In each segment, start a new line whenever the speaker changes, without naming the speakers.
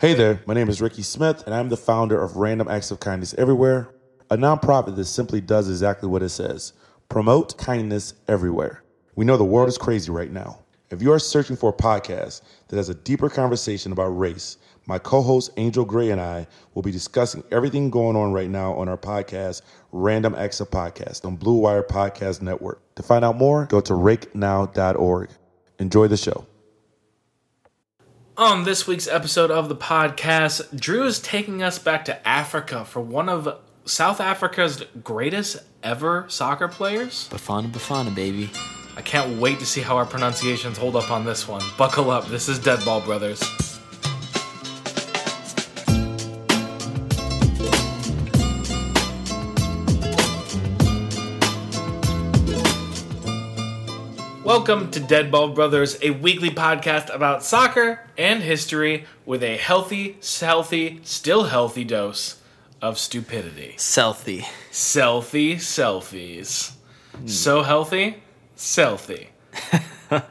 Hey there, my name is Ricky Smith, and I'm the founder of Random Acts of Kindness Everywhere, a nonprofit that simply does exactly what it says promote kindness everywhere. We know the world is crazy right now. If you are searching for a podcast that has a deeper conversation about race, my co host Angel Gray and I will be discussing everything going on right now on our podcast, Random Acts of Podcast, on Blue Wire Podcast Network. To find out more, go to rakenow.org. Enjoy the show.
On this week's episode of the podcast, Drew is taking us back to Africa for one of South Africa's greatest ever soccer players.
Bafana Bafana, baby.
I can't wait to see how our pronunciations hold up on this one. Buckle up, this is Deadball Brothers. Welcome to Deadball Brothers, a weekly podcast about soccer and history with a healthy, healthy, still healthy dose of stupidity.
Selfie.
Selfie selfies. So healthy, selfie.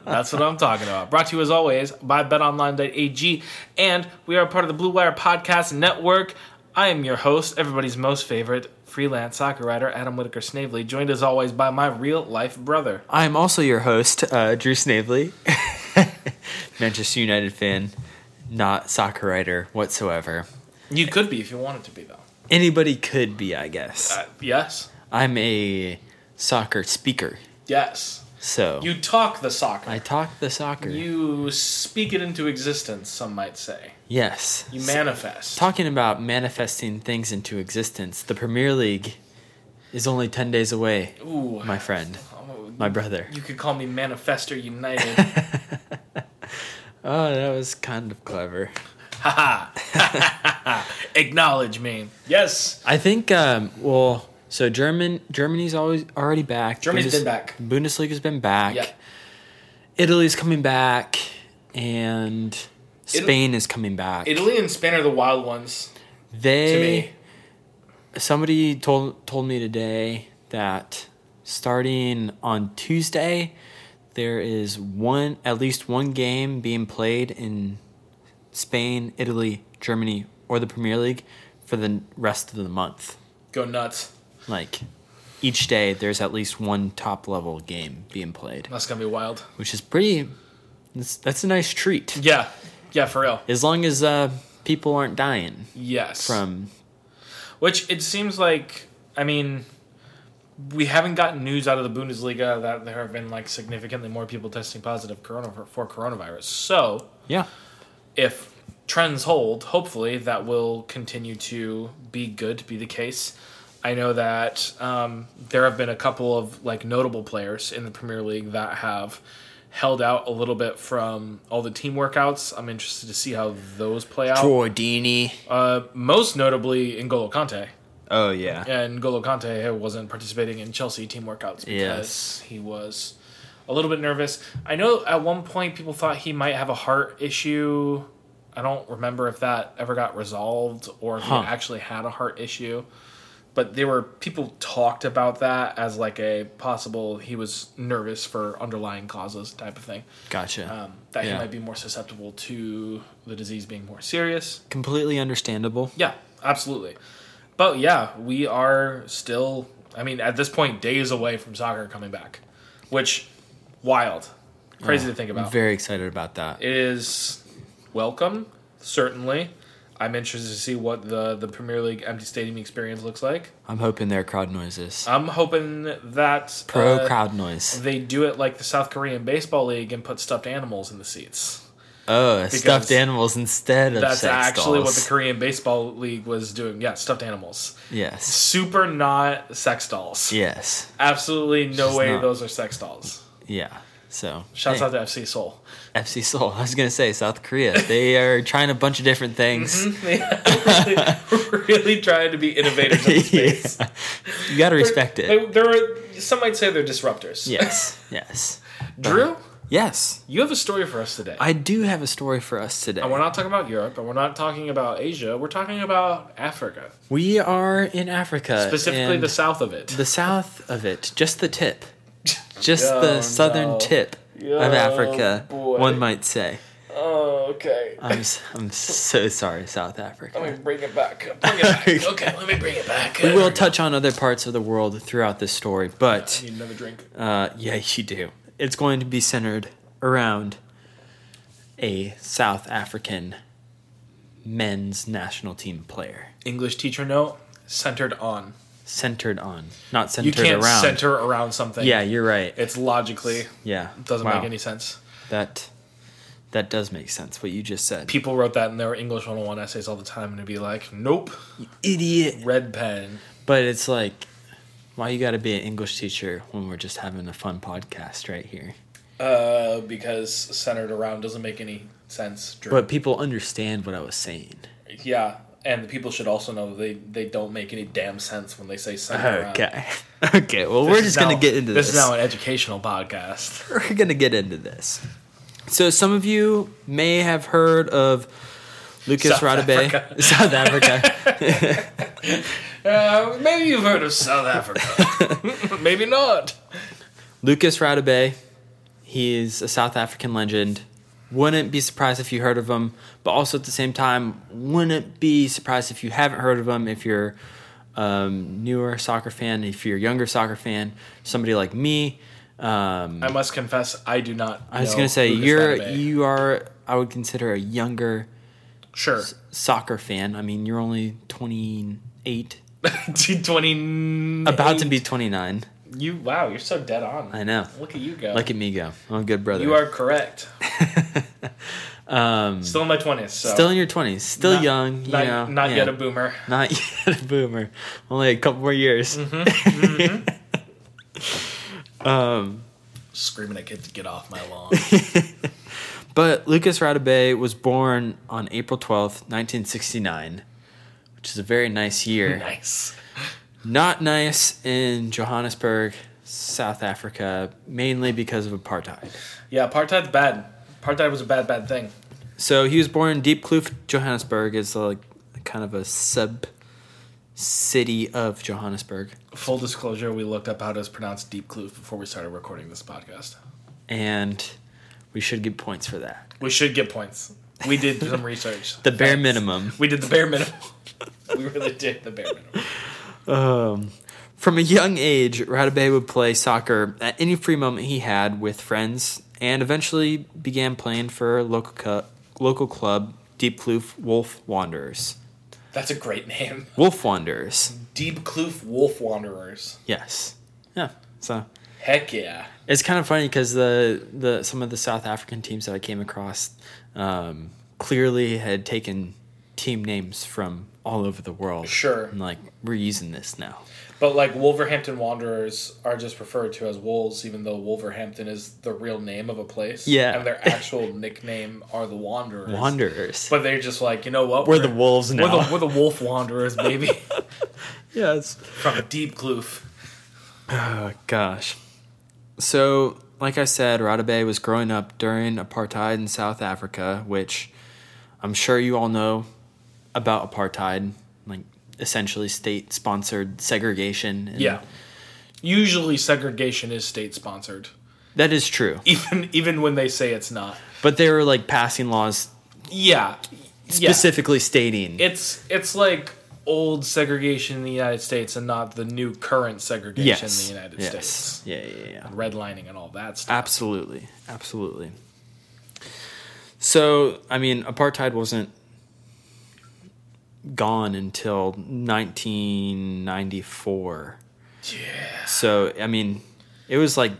That's what I'm talking about. Brought to you as always by betonline.ag, and we are part of the Blue Wire Podcast Network. I am your host, everybody's most favorite freelance soccer writer, Adam Whitaker Snavely, joined as always by my real life brother.
I am also your host, uh, Drew Snavely, Manchester United fan, not soccer writer whatsoever.
You could be if you wanted to be, though.
Anybody could be, I guess.
Uh, yes.
I'm a soccer speaker,
Yes.
so
You talk the soccer.
I talk the soccer.
you speak it into existence, some might say.
yes.
You manifest.
Talking about manifesting things into existence, the Premier League is only 10 days away,
Ooh.
my friend,
Oh,
my brother.
You could call me Manifester United.
Oh, that was kind of clever.
Acknowledge me. Yes.
I think um, well, so German Germany's always already back.
Germany's been back.
Bundesliga's been back.
Yeah.
Italy's coming back, and Spain is coming back.
Italy and Spain are the wild ones. to
they
me.
somebody told told me today that starting on Tuesday there is one at least one game being played in Spain, Italy, Germany, or the Premier League for the rest of the month.
Go nuts.
Like each day, there's at least one top level game being played,
That's gonna be wild.
which is pretty. That's, that's a nice treat,
Yeah. Yeah, for real.
as long as uh, people aren't dying
Yes.
from.
Which it seems like, I mean, we haven't gotten news out of the Bundesliga that there have been like significantly more people testing positive corona for coronavirus. So
Yeah,
if trends hold, hopefully that will continue to be good, be the case. I know that um, there have been a couple of like notable players in the Premier League that have held out a little bit from all the team workouts. I'm interested to see how those play out.
Jordini.
Uh, most notably, N'Golo Kante.
Oh yeah.
And N'Golo Kante wasn't participating in Chelsea team workouts because
Yes.
he was a little bit nervous. I know at one point people thought he might have a heart issue. I don't remember if that ever got resolved or if
Huh.
he actually had a heart issue. But there were people talked about that as like a possible he was nervous for underlying causes type of thing.
Gotcha.
Um, that he
Yeah.
might be more susceptible to the disease being more serious.
Completely understandable.
Yeah, absolutely. But yeah, we are still, I mean, at this point, days away from soccer coming back, which wild, crazy to think about.
I'm very excited about that.
it is welcome, certainly. I'm interested to see what the the Premier League empty stadium experience looks like.
I'm hoping there are crowd noises.
I'm hoping that
Pro
uh,
crowd noise.
they do it like the South Korean baseball league and put stuffed animals in the seats.
Oh, stuffed animals instead of
That's
sex
actually what
dolls.
the Korean baseball league was doing. Yeah, stuffed animals.
yes.
Super not sex dolls.
Yes.
Absolutely no
She's
way
not.
those are sex dolls.
Yeah. So
Shouts
hey.
out to FC Seoul.
FC Seoul. I was gonna say South Korea. They are trying a bunch of different things.
really trying to be innovators in this space.
Yeah. You gotta respect it.
They- There are some might say they're disruptors.
Yes. Yes.
Drew,
Yes.
you have a story for us today.
I do have a story for us today.
and we're not talking about Europe, and we're not talking about Asia. We're talking about Africa,
We are in Africa,
specifically
Uh, and
the south of it.
the south of it, just the tip, just
Oh,
the southern
no.
tip
Yo,
of Africa.
boy.
One might say.
oh Okay.
I'm, s- I'm so sorry, South Africa.
Let me bring it back. Bring it back. Okay, let me bring it back.
we will touch on other parts of the world throughout this story, but
Need another drink.
uh, yeah, you do. It's going to be centered around a South African men's national team player.
English teacher note centered on.
Centered on, not
You
centered
can't
around.
center around something.
yeah, you're right.
It's logically
yeah,
doesn't
Wow.
make any sense.
That that does make sense. What you just said,
People wrote that in their English 101 essays all the time and it'd be like, nope,
idiot.
red pen.
But it's like, why you got to be an English teacher when we're just having a fun podcast right here?
Uh, because centered around doesn't make any sense. Drew.
But people understand what I was saying.
yeah, and the people should also know that they, they don't make any damn sense when they say centered around.
Okay. Okay. Well, we're
This is
just gonna
now-
get into this.
This is now an educational podcast.
we're gonna get into this. So some of you may have heard of Lucas
South
Radebe,
Africa.
South Africa.
Uh, maybe you've heard of South Africa. maybe not.
Lucas Radebe, he is a South African legend. Wouldn't be surprised if you heard of him, but also at the same time, wouldn't be surprised if you haven't heard of him. If you're um, newer soccer fan, if you're a younger soccer fan, somebody like me, um,
I must confess, I do not.
I was
know
gonna say
Lucas
you're
Radebe.
you are I would consider a younger
sure
soccer fan. I mean, you're only 28,
twenty
about to be 29.
You wow, you're so dead on.
I know.
Look at you go.
Look at me go. I'm a good brother.
you are correct. um, still in my twenties. So
still in your 20s, still
Not-
young. You
not,
know,
not
yeah.
yet a boomer.
not yet a boomer. Only a couple more years.
Mm-hmm. Screaming at kids to get off my lawn.
But Lucas Radebe was born on April 12th, 1969, which is a very nice year.
nice.
Not nice in Johannesburg, South Africa, mainly because of apartheid.
Yeah, apartheid's bad. Apartheid was a bad, bad thing.
So he was born in Deep Kloof, Johannesburg. Is like kind of a sub city of Johannesburg,
Full disclosure: we looked up how to pronounce deep kloof before we started recording this podcast.
and we should get points for that.
We should get points. We did some research.
The bare
Thanks.
minimum.
We did the bare minimum. we really did the bare minimum.
From a young age, Radebe would play soccer at any free moment he had with friends, and eventually began playing for local cu- local club Deep Kloof Wolf Wanderers.
That's a great name.
Wolf Wanderers,
Deep Kloof Wolf Wanderers.
yes, yeah. So
Heck yeah.
It's kind of funny because the the some of the South African teams that I came across um, clearly had taken team names from all over the world.
Sure.
and like we're using this now.
But like Wolverhampton Wanderers are just referred to as Wolves, even though Wolverhampton is the real name of a place.
Yeah.
And their actual nickname are the Wanderers.
Wanderers.
But they're just like, you know what?
We're the Wolves
We're
now.
the, we're the Wolf Wanderers, baby.
yes.
From Deep
Mm.
Kloof.
Oh gosh. So, like I said, Radebe was growing up during apartheid in South Africa, which I'm sure you all know about apartheid, like essentially state-sponsored segregation. and-
Yeah. Usually segregation is state sponsored.
that is true.
Even even when they say it's not.
But they were like passing laws
Yeah. Yeah.
specifically stating
It's it's like old segregation in the United States and not the new current segregation in the United
yes.
States.
Yeah, yeah, yeah.
Redlining and all that stuff.
Absolutely, absolutely. So, I mean, apartheid wasn't gone until 1994. Yeah. So, I mean, it was like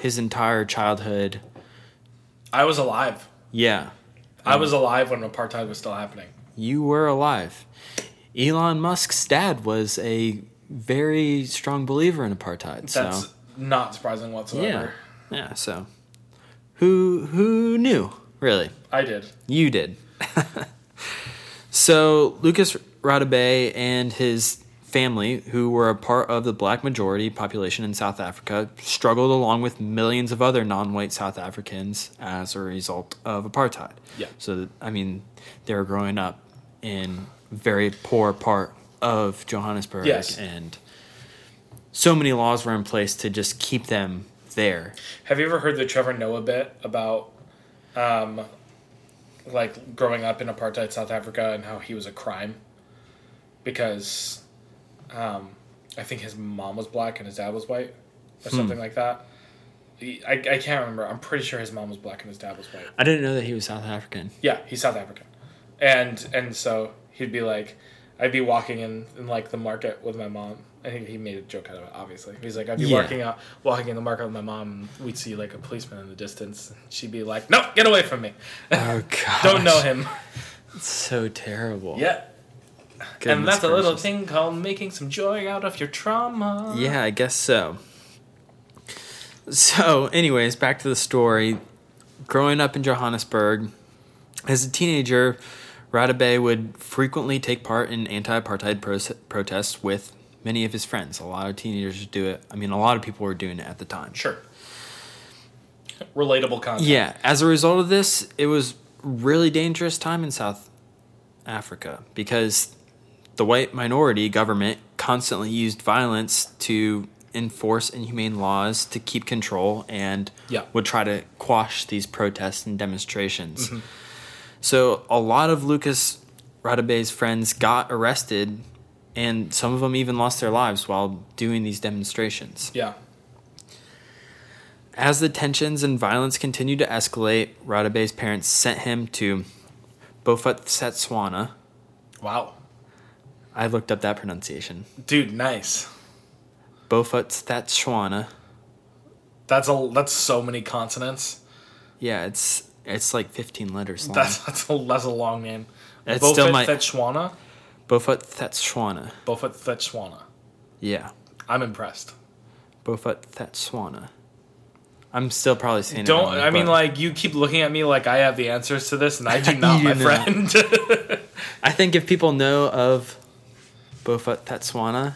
his entire childhood.
I was alive.
Yeah,
I was alive when apartheid was still happening.
you were alive. Elon Musk's dad was a very strong believer in apartheid.
That's
so
not surprising whatsoever.
Yeah. Yeah, so who who knew, really?
I did.
You did. so Lucas Radebe and his family, who were a part of the black majority population in South Africa, struggled along with millions of other non-white South Africans as a result of apartheid.
Yeah.
So I mean, they were growing up in very poor part of Johannesburg
Yes.
and so many laws were in place to just keep them there.
Have you ever heard the Trevor Noah bit about um, like growing up in apartheid South Africa and how he was a crime because um, I think his mom was black and his dad was white
Hmm.
or something like that. He- I, I can't remember. I'm pretty sure his mom was black and his dad was white.
I didn't know that he was South African.
Yeah, he's South African, and and so he'd be like, I'd be walking in, in like the market with my mom. I think he made a joke out of it. Obviously, he's like, I'd be
Yeah.
walking out, walking in the market with my mom. and We'd see like a policeman in the distance. And she'd be like, No, get away from me!
Oh god.
Don't know him.
So terrible.
yeah, and
Goodness
that's a little
gracious.
thing called making some joy out of your trauma.
Yeah, I guess so. So, anyways, back to the story. Growing up in Johannesburg, as a teenager, Radebe would frequently take part in anti apartheid pro- protests with many of his friends. A lot of teenagers do it. I mean, a lot of people were doing it at the time.
Sure. Relatable content.
Yeah, as a result of this, it was really dangerous time in South Africa because the white minority government constantly used violence to enforce inhumane laws to keep control and
Yeah.
would try to quash these protests and demonstrations. So a lot of Lucas Radabe's friends got arrested and some of them even lost their lives while doing these demonstrations.
Yeah.
As the tensions and violence continued to escalate, Radabe's parents sent him to Beaufort Setswana.
Wow.
I looked up that pronunciation.
Dude, nice.
Beaufort Setswana.
That's a that's so many consonants.
Yeah, it's it's like 15 letters long.
That's that's a that's a long name.
It's
Beaufort
still my-
Fetchwana.
Beaufort Setswana.
Beaufort Fetchwana.
Yeah,
I'm impressed.
Beaufort Setswana. I'm still probably saying it
Don't
wrong,
I mean
but
like you keep looking at me like I have the answers to this and I do not,
You
my
do not.
friend.
I think if people know of Beaufort Setswana,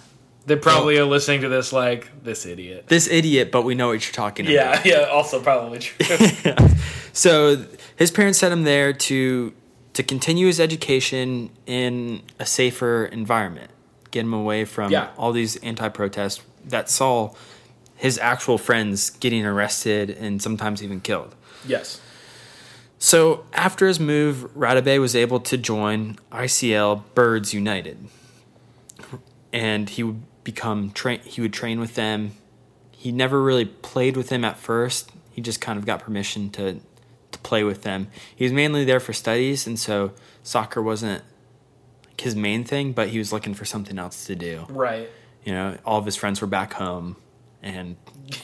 they probably are listening to this like this idiot.
this idiot, but we know what you're talking about.
Yeah, yeah, also probably true.
So his parents sent him there to to continue his education in a safer environment, get him away from
Yeah.
all these anti-protests that saw his actual friends getting arrested and sometimes even killed.
yes.
So after his move, Radebe was able to join ICL Birds United, and he would become train. He would train with them. He never really played with them at first. He just kind of got permission to to play with them. He was mainly there for studies, and so soccer wasn't like his main thing. But he was looking for something else to do.
Right.
You know, all of his friends were back home, and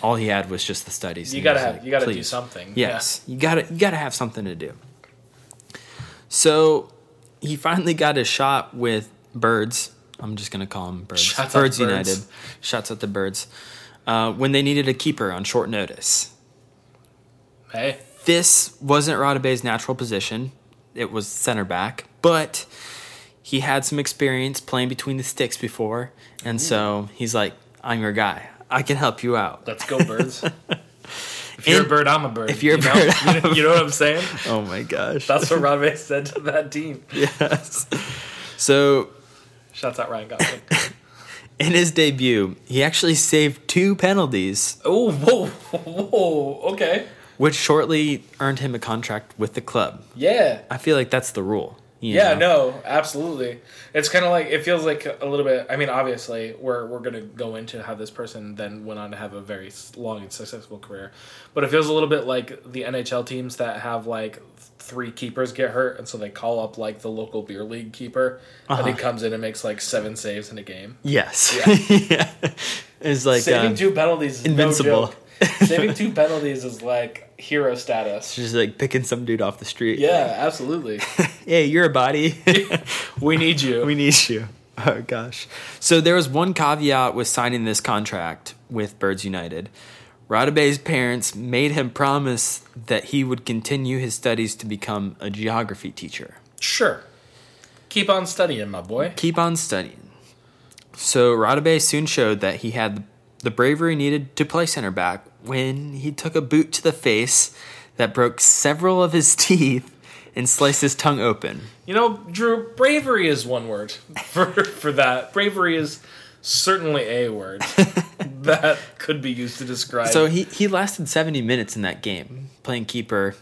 all he had was just the studies.
You
and he
gotta
was
have
like,
you gotta do
"Please."
something.
Yes, you gotta you gotta have something to do. So he finally got his shot with birds. I'm just gonna call them birds.
Shouts out to
birds
Birds.
United. Shots at the birds. Uh, when they needed a keeper on short notice.
Yeah. Hey.
This wasn't Radabe's natural position. It was center back, but he had some experience playing between the sticks before, and
Hmm.
so he's like, "I'm your guy. I can help you out."
Let's go, birds. If you're a
In-
bird, I'm a bird.
if you're a
you know?
bird,
you, know, you know what I'm saying?
Oh my gosh!
That's what Rodway said to that team.
yes. So
Shouts out Ryan Gosling.
In his debut, he actually saved two penalties,
Oh, whoa, whoa, okay.
which shortly earned him a contract with the club.
Yeah.
I feel like that's the rule. you
Yeah,
know?
no, absolutely. It's kind of like it feels like a little bit. I mean, obviously, we're we're gonna go into how this person then went on to have a very s- long and successful career, but it feels a little bit like the NHL teams that have like th- three keepers get hurt, and so they call up like the local beer league keeper, and
Uh-huh.
he comes in and makes like seven saves in a game.
Yes. Yeah. It's like
Saving
um,
two penalties is
invincible.
no joke. Saving two penalties is like hero status.
just like picking some dude off the street.
Yeah, absolutely.
Hey, you're a body.
We need you.
we need you. Oh gosh. So there was one caveat with signing this contract with Birds United. Radabe's parents made him promise that he would continue his studies to become a geography teacher.
sure. Keep on studying, my boy.
Keep on studying. So Radabe soon showed that he had the bravery needed to play center back when he took a boot to the face that broke several of his teeth and sliced his tongue open.
You know, Drew, bravery is one word for for that. Bravery is certainly a word that could be used to describe.
So he, he lasted 70 minutes in that game, playing keeper.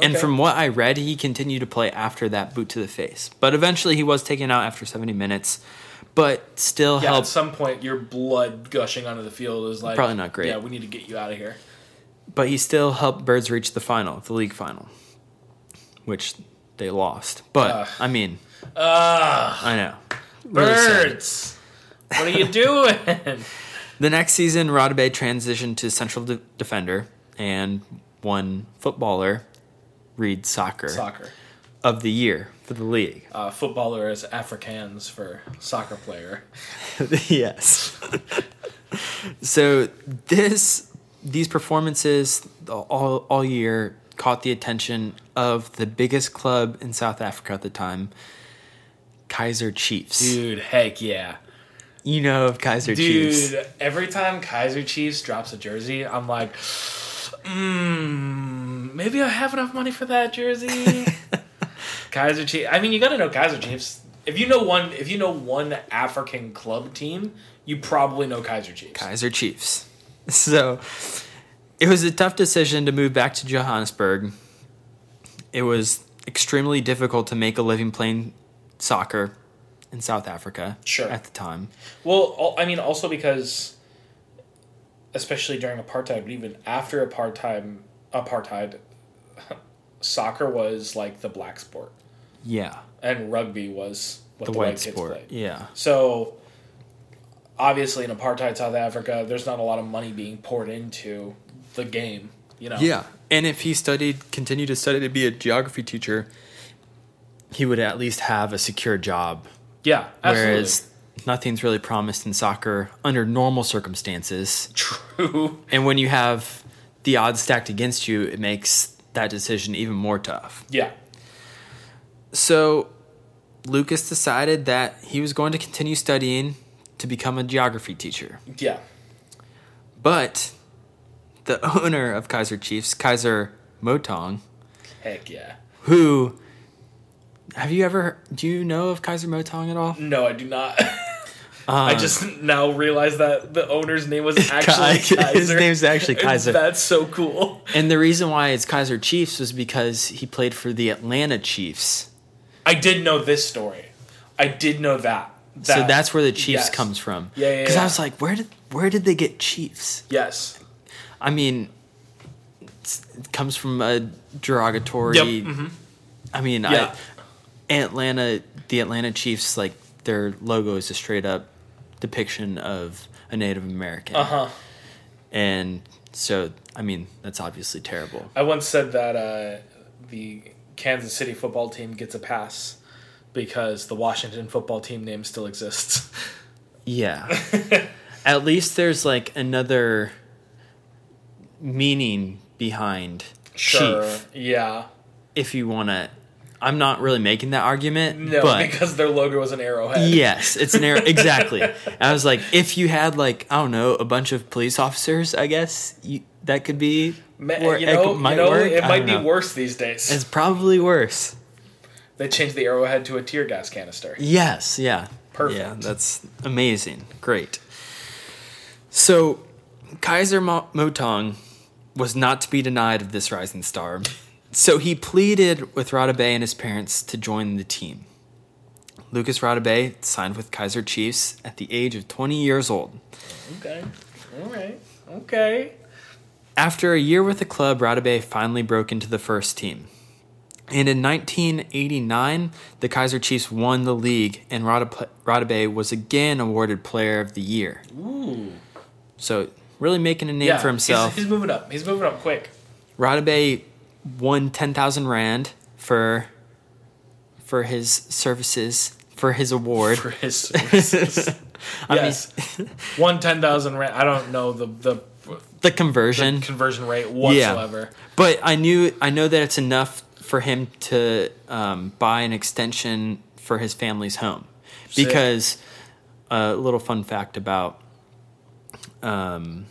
And
okay.
from what I read, he continued to play after that boot to the face. But eventually he was taken out after 70 minutes, but still
yeah, at
helped.
some point your blood gushing onto the field is like
Probably not great.
Yeah, we need to get you out of here.
But he still helped Birds reach the final, the league final, which they lost. But
Ugh.
I mean,
Ugh,
I know. Really sad.
Ah, birds. What are you doing?
The next season, Rodabay transitioned to central de- defender and won footballer, Reed Soccer,
Soccer.
of the year for the league.
Uh, footballer is Afrikaans for soccer player.
yes. so this these performances all all year caught the attention of the biggest club in South Africa at the time, Kaiser Chiefs.
Dude, heck yeah.
You know of Kaiser
Dude,
Chiefs.
every time Kaiser Chiefs drops a jersey, I'm like, mm, maybe I have enough money for that jersey. Kaiser Chiefs. I mean, you gotta know Kaiser Chiefs. If you know one, if you know one African club team, you probably know Kaiser Chiefs.
Kaiser Chiefs. So it was a tough decision to move back to Johannesburg. It was extremely difficult to make a living playing soccer in South Africa
Sure.
at the time.
Well, al- I mean, also because, especially during apartheid, but even after apartheid, apartheid, soccer was like the black sport,
Yeah.
and rugby was what
The,
the,
white,
white, kids
sport.
played.
Yeah.
So, obviously, in apartheid South Africa, there's not a lot of money being poured into the game. You know.
Yeah. And if he studied, continued to study to be a geography teacher, he would at least have a secure job.
Yeah. Absolutely.
Whereas nothing's really promised in soccer under normal circumstances.
true.
And when you have the odds stacked against you, it makes that decision even more tough.
Yeah.
So Lucas decided that he was going to continue studying to become a geography teacher.
Yeah.
But the owner of Kaiser Chiefs, Kaiser Motong,
Heck yeah.
who have you ever do you know of Kaiser Motong at all?
No, I do not. I
Um,
just now realized that the owner's name was actually
Kai-
Kaiser.
his name's actually Kaiser.
That's so cool.
And the reason why it's Kaiser Chiefs was because he played for the Atlanta Chiefs.
I did know this story. I did know that.
so that's where the Chiefs
yes.
comes from.
Yeah, yeah,
Because
yeah.
I was like, where did where did they get Chiefs?
yes.
I mean, it's, it comes from a derogatory.
Yep. mhm.
I mean,
Yeah.
I, Atlanta, the Atlanta Chiefs, like their logo is a straight up depiction of a Native American,
Uh huh.
and so I mean that's obviously terrible.
I once said that uh, the Kansas City football team gets a pass because the Washington football team name still exists.
Yeah. At least there's like another meaning behind chief,
Yeah.
if you want to. I'm not really making that argument,
No,
but
because their logo was an arrowhead.
Yes, it's an arrow. exactly. I was like, if you had like I don't know a bunch of police officers, I guess you, that could be.
Ma-
wor-
you know,
could-
you know
work.
it
I
might
don't
be
know.
worse these days.
It's probably worse.
they changed the arrowhead to a tear gas canister.
Yes. Yeah.
Perfect.
Yeah, that's amazing. Great. So, Kaiser Mo- Motong was not to be denied of this rising star. So he pleaded with Radebe and his parents to join the team. Lucas Radebe signed with Kaiser Chiefs at the age of 20 years old.
Okay. All right. Okay.
After a year with the club, Radebe finally broke into the first team. And in 1989, the Kaiser Chiefs won the league, and Radebe Radebe was again awarded Player of the Year.
Ooh.
So, really making a name for himself.
He's, he's moving up. He's moving up quick.
Radebe won 10,000 Rand for, for his services, for his award.
For his services.
I mean,
yes. One ten thousand rand. I don't know the the
the conversion.
conversion rate whatsoever.
But I knew I know that it's enough for him to um, buy an extension for his family's home
Sick.
because a little fun fact about um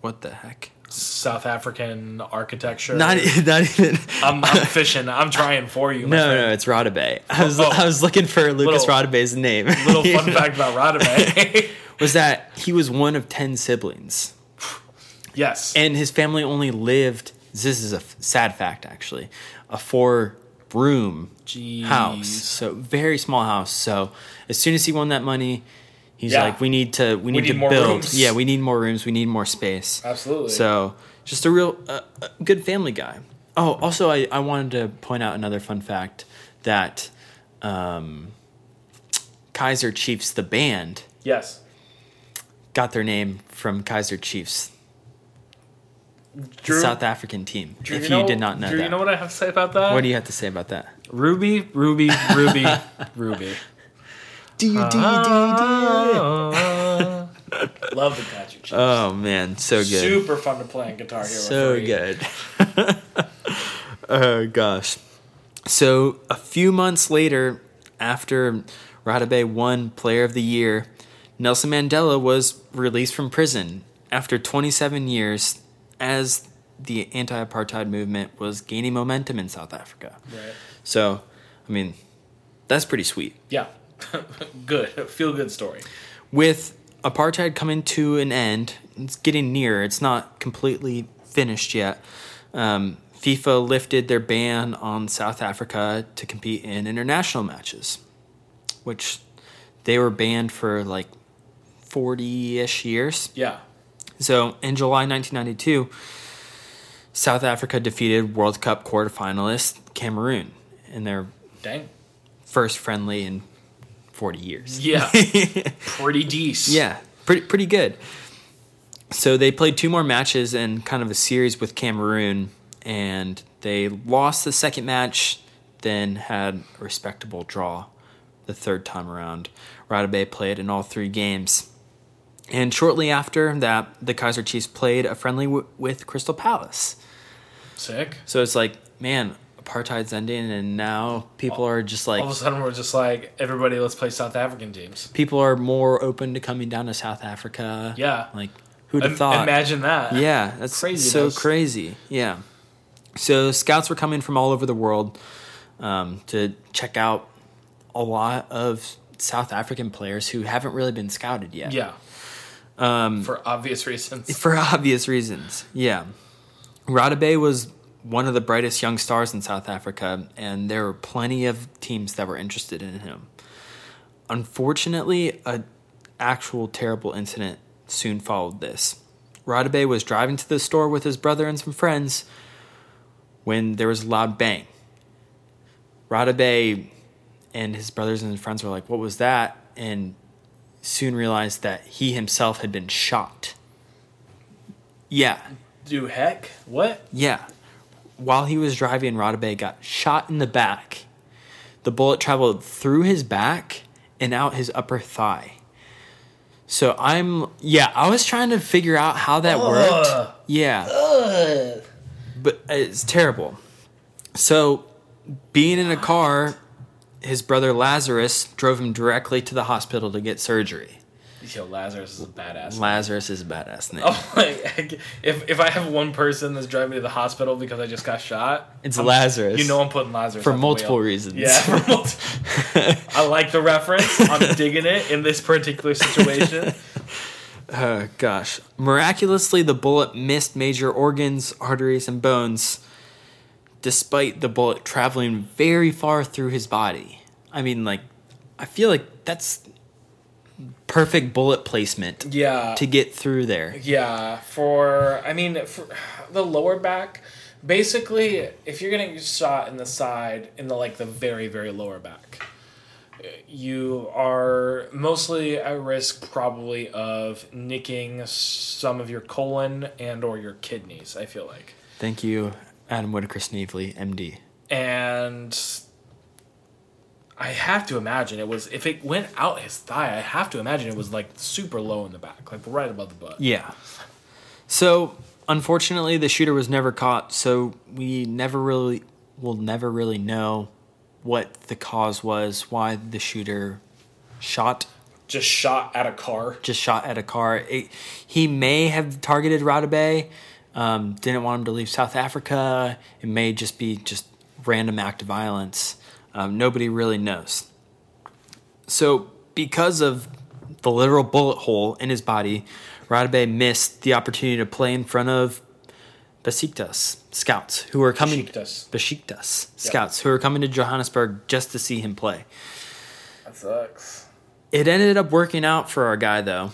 what the heck
South African architecture.
not e-, not even
I'm, I'm fishing. I'm trying for you. my
no
friend.
no it's Rodabay I was
Oh.
I was looking for Lucas
Little-
Rodabay's name
Little fun fact about Radame.
was that he was one of ten siblings
yes.
and his family only lived This is a f- sad fact, actually. A four room
Jeez.
house, so very small house. So as soon as he won that money, he's
Yeah.
like, "We need to, we need,
need
to
more
build.
rooms.
Yeah, we need more rooms. We need more space.
Absolutely.
So just a real uh, uh, good family guy. Oh, also, I I wanted to point out another fun fact that um, Kaiser Chiefs the band
Yes.
got their name from Kaiser Chiefs,
Drew,
the South African team.
Drew,
if you,
know-
did not know
Drew,
that,
you know what I have to say about that?
what do you have to say about that?
Ruby, Ruby, Ruby, Ruby.
Do you do
Ah. Love the Patrick Chiefs.
Oh man, so good,
Super fun to play on Guitar Hero.
so
3.
good. oh gosh. So a few months later, after Radebe won Player of the Year, Nelson Mandela was released from prison after 27 years as the anti-apartheid movement was gaining momentum in South Africa.
Right.
So, I mean, that's pretty sweet.
Yeah. good. Feel good story.
With apartheid coming to an end, it's getting near, it's not completely finished yet. Um, FIFA lifted their ban on South Africa to compete in international matches, which they were banned for like 40 ish years.
Yeah.
So in July 1992, South Africa defeated World Cup quarterfinalist Cameroon in their
Dang.
first friendly in 40 years.
Yeah. Pretty decent.
Yeah, pretty pretty good. So they played two more matches and kind of a series with Cameroon, and they lost the second match, then had a respectable draw the third time around. Radebe played in all three games. And shortly after that, the Kaiser Chiefs played a friendly w- with Crystal Palace.
Sick.
So it's like, man, apartheid's ending, and now people are just like,
All of a sudden, we're just like, everybody, let's play South African teams.
people are more open to coming down to South Africa.
Yeah.
Like, who'd have
Im-
thought?
Imagine that.
Yeah, that's
Crazy,
crazy. So
that's-
crazy. Yeah. So scouts were coming from all over the world um, to check out a lot of South African players who haven't really been scouted yet.
Yeah. Um, For obvious reasons.
For obvious reasons. Yeah. Radebe was one of the brightest young stars in South Africa, and there were plenty of teams that were interested in him. Unfortunately, a actual terrible incident soon followed this. Radebe was driving to the store with his brother and some friends when there was a loud bang. Radebe and his brothers and friends were like, What was that? And soon realized that he himself had been shot. Yeah,
Do heck? What?
yeah. While he was driving, Radebe got shot in the back. The bullet traveled through his back and out his upper thigh. So I'm, yeah, I was trying to figure out how that
Ugh.
worked. Yeah. But it's terrible. So, being in a car, his brother Lazarus drove him directly to the hospital to get surgery.
Yo, Lazarus is a badass.
Lazarus is a badass name.
I'm like, if if I have one person that's driving me to the hospital because I just got shot,
it's Lazarus.
you know I'm putting Lazarus
for
on the
multiple
wheel.
reasons.
Yeah, for multi- I like the reference. I'm digging it in this particular situation.
Oh, gosh. Miraculously, the bullet missed major organs, arteries, and bones, despite the bullet traveling very far through his body. I mean, like, I feel like that's perfect bullet placement
Yeah,
to get through there.
yeah. For I mean, for the lower back. Basically, if you're getting shot in the side, in the like the very very lower back, you are mostly at risk probably of nicking some of your colon and or your kidneys. I feel like.
Thank you, Adam Whitaker Sneevely, MD.
and I have to imagine it was if it went out his thigh. I have to imagine it was like super low in the back, like right above the butt.
Yeah. So, unfortunately, the shooter was never caught, so we never really will never really know what the cause was, why the shooter shot
Just shot at a car.
just shot at a car. It, he may have targeted Radebe, um, didn't want him to leave South Africa. It may just be just random act of violence. Um, nobody really knows. So, because of the literal bullet hole in his body, Radebe missed the opportunity to play in front of Besiktas scouts who are coming
Besiktas.
Besiktas scouts who are coming to Johannesburg just to see him play.
That sucks.
It ended up working out for our guy though,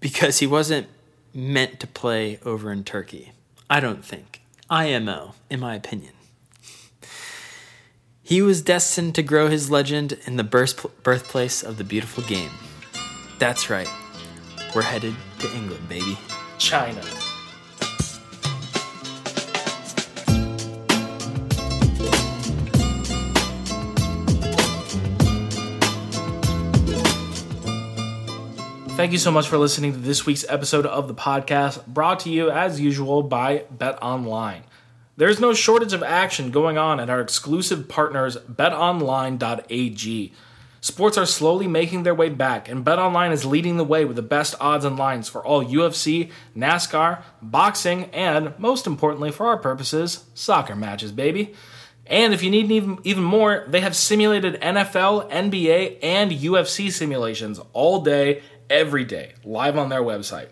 because he wasn't meant to play over in Turkey. I don't think. IMO, in my opinion. He was destined to grow his legend in the birth- birthplace of the beautiful game. That's right. We're headed to England, baby.
China. Thank you so much for listening to this week's episode of the podcast, brought to you as usual by Bet Online. There's no shortage of action going on at our exclusive partners, betonline.ag. Sports are slowly making their way back, and BetOnline is leading the way with the best odds and lines for all UFC, NASCAR, boxing, and, most importantly for our purposes, soccer matches, baby. And if you need even, even more, they have simulated NFL, NBA, and UFC simulations all day, every day, live on their website.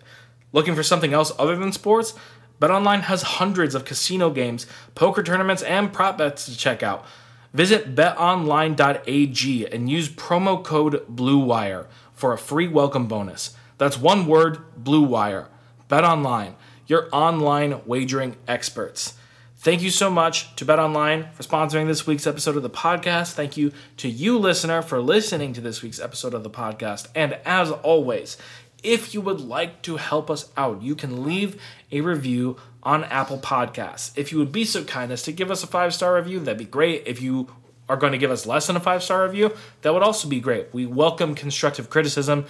Looking for something else other than sports? BetOnline has hundreds of casino games, poker tournaments, and prop bets to check out. Visit betonline.ag and use promo code BLUEWIRE for a free welcome bonus. That's one word, BLUEWIRE. BetOnline, your online wagering experts. Thank you so much to BetOnline for sponsoring this week's episode of the podcast. Thank you to you, listener, for listening to this week's episode of the podcast. And as always, if you would like to help us out, you can leave a review on Apple Podcasts. If you would be so kind as to give us a five star review, that'd be great. If you are going to give us less than a five star review, that would also be great. We welcome constructive criticism,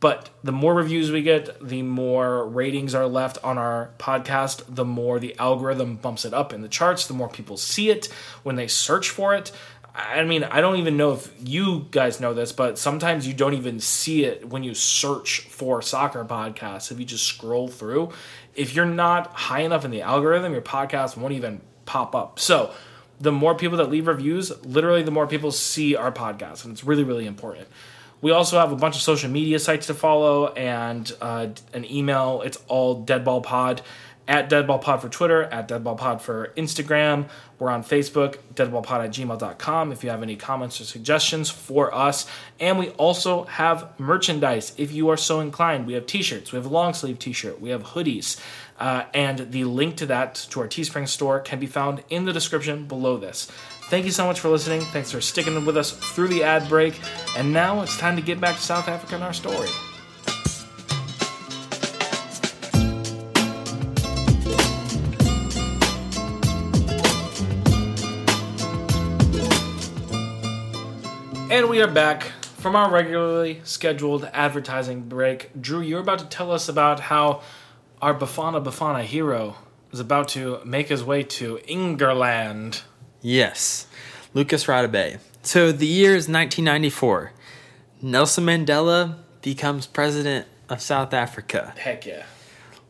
but the more reviews we get, the more ratings are left on our podcast, the more the algorithm bumps it up in the charts, the more people see it when they search for it. I mean, I don't even know if you guys know this, but sometimes you don't even see it when you search for soccer podcasts. If you just scroll through, if you're not high enough in the algorithm, your podcast won't even pop up. So, the more people that leave reviews, literally the more people see our podcast, and it's really, really important. We also have a bunch of social media sites to follow and uh, an email. It's all deadballpod at deadballpod for Twitter, at deadballpod for Instagram. We're on Facebook, deadballpod at gmail.com if you have any comments or suggestions for us. And we also have merchandise if you are so inclined. We have t shirts, we have a long sleeve t shirt, we have hoodies. Uh, and the link to that, to our Teespring store, can be found in the description below this. Thank you so much for listening. Thanks for sticking with us through the ad break. And now it's time to get back to South Africa and our story. And we are back from our regularly scheduled advertising break. Drew, you're about to tell us about how our Bafana Bafana hero is about to make his way to Ingerland.
Yes, Lucas Radebe. So the year is 1994. Nelson Mandela becomes president of South Africa.
Heck yeah.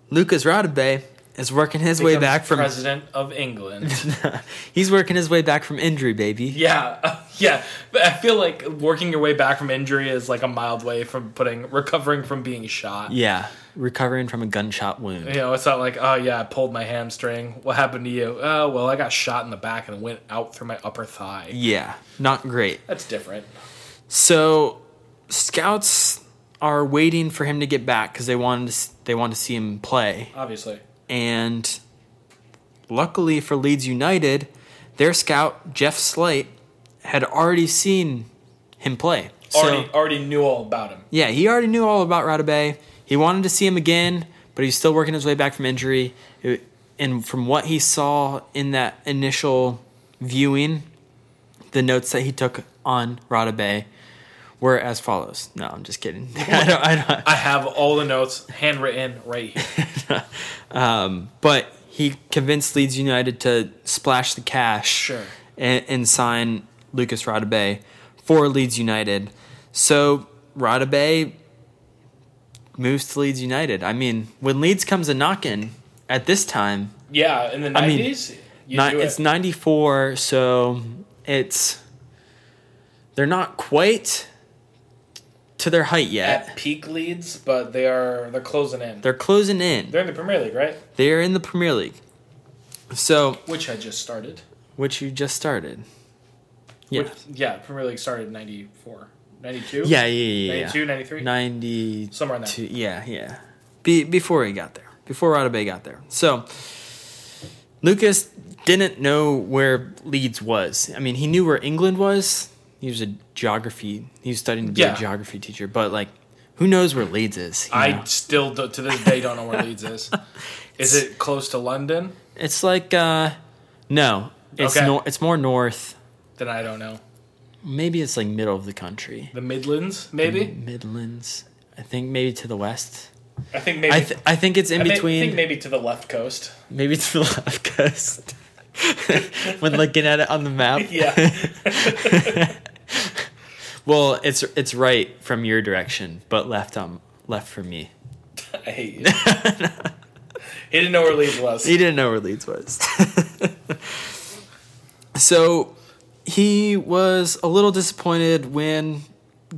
Lucas Radebe is working his way
Becomes
back from
President of England.
he's working his way back from injury, baby.
yeah, yeah. But I feel like working your way back from injury is like a mild way from putting recovering from being shot.
Yeah, recovering from a gunshot wound.
You know, it's not like, oh yeah, I pulled my hamstring. What happened to you? Oh well, I got shot in the back and it went out through my upper thigh.
Yeah, not great.
That's different.
So scouts are waiting for him to get back because they wanted to, s- they want to see him play.
Obviously.
And luckily for Leeds United, their scout Jeff Slate had already seen him play.
Already
So
already knew all about him.
yeah, he already knew all about Radebe. He wanted to see him again, but he's still working his way back from injury. It- and from what he saw in that initial viewing, the notes that he took on Radebe were as follows. No, I'm just kidding. I don't, I don't,
I have all the notes handwritten right here.
but he convinced Leeds United to splash the cash
Sure.
and, and sign Lucas Radebe for Leeds United. So Radebe moves to Leeds United. I mean, when Leeds comes a knocking at this time,
Yeah, in the
I mean,
nineties, you
ni-
do it.
it's 94, so it's they're not quite to their height yet.
at peak leads, but they are they're closing in. They're,
They're closing in.
in the Premier League, right?
They're in the Premier League. So,
which had just started.
which you just started. Yeah.
Which- yeah, Premier League started in 94. 92?
yeah, yeah, yeah, yeah.
92, 93?
90
Somewhere in there.
yeah, yeah. Be, before he got there. Before Rada Bay got there. So Lucas didn't know where Leeds was. I mean, he knew where England was. He was a geography. He was studying to be
Yeah.
a geography teacher, but like who knows where Leeds is? you know?
I still, do, to this day, don't know where Leeds is. Is it close to London?
It's like uh no. It's
Okay.
nor- it's more north.
Then I don't know.
Maybe it's like middle of the country.
The Midlands,
Mm.
maybe?
Midlands. I think maybe to the west.
I think maybe.
I th- I think it's in
I may-
between
think maybe to the left coast.
Maybe to the left coast. when looking at it on the map.
Yeah.
Well, it's it's right from your direction, but left um left from me.
I hate you. he didn't know where Leeds was.
He didn't know where Leeds was. so he was a little disappointed when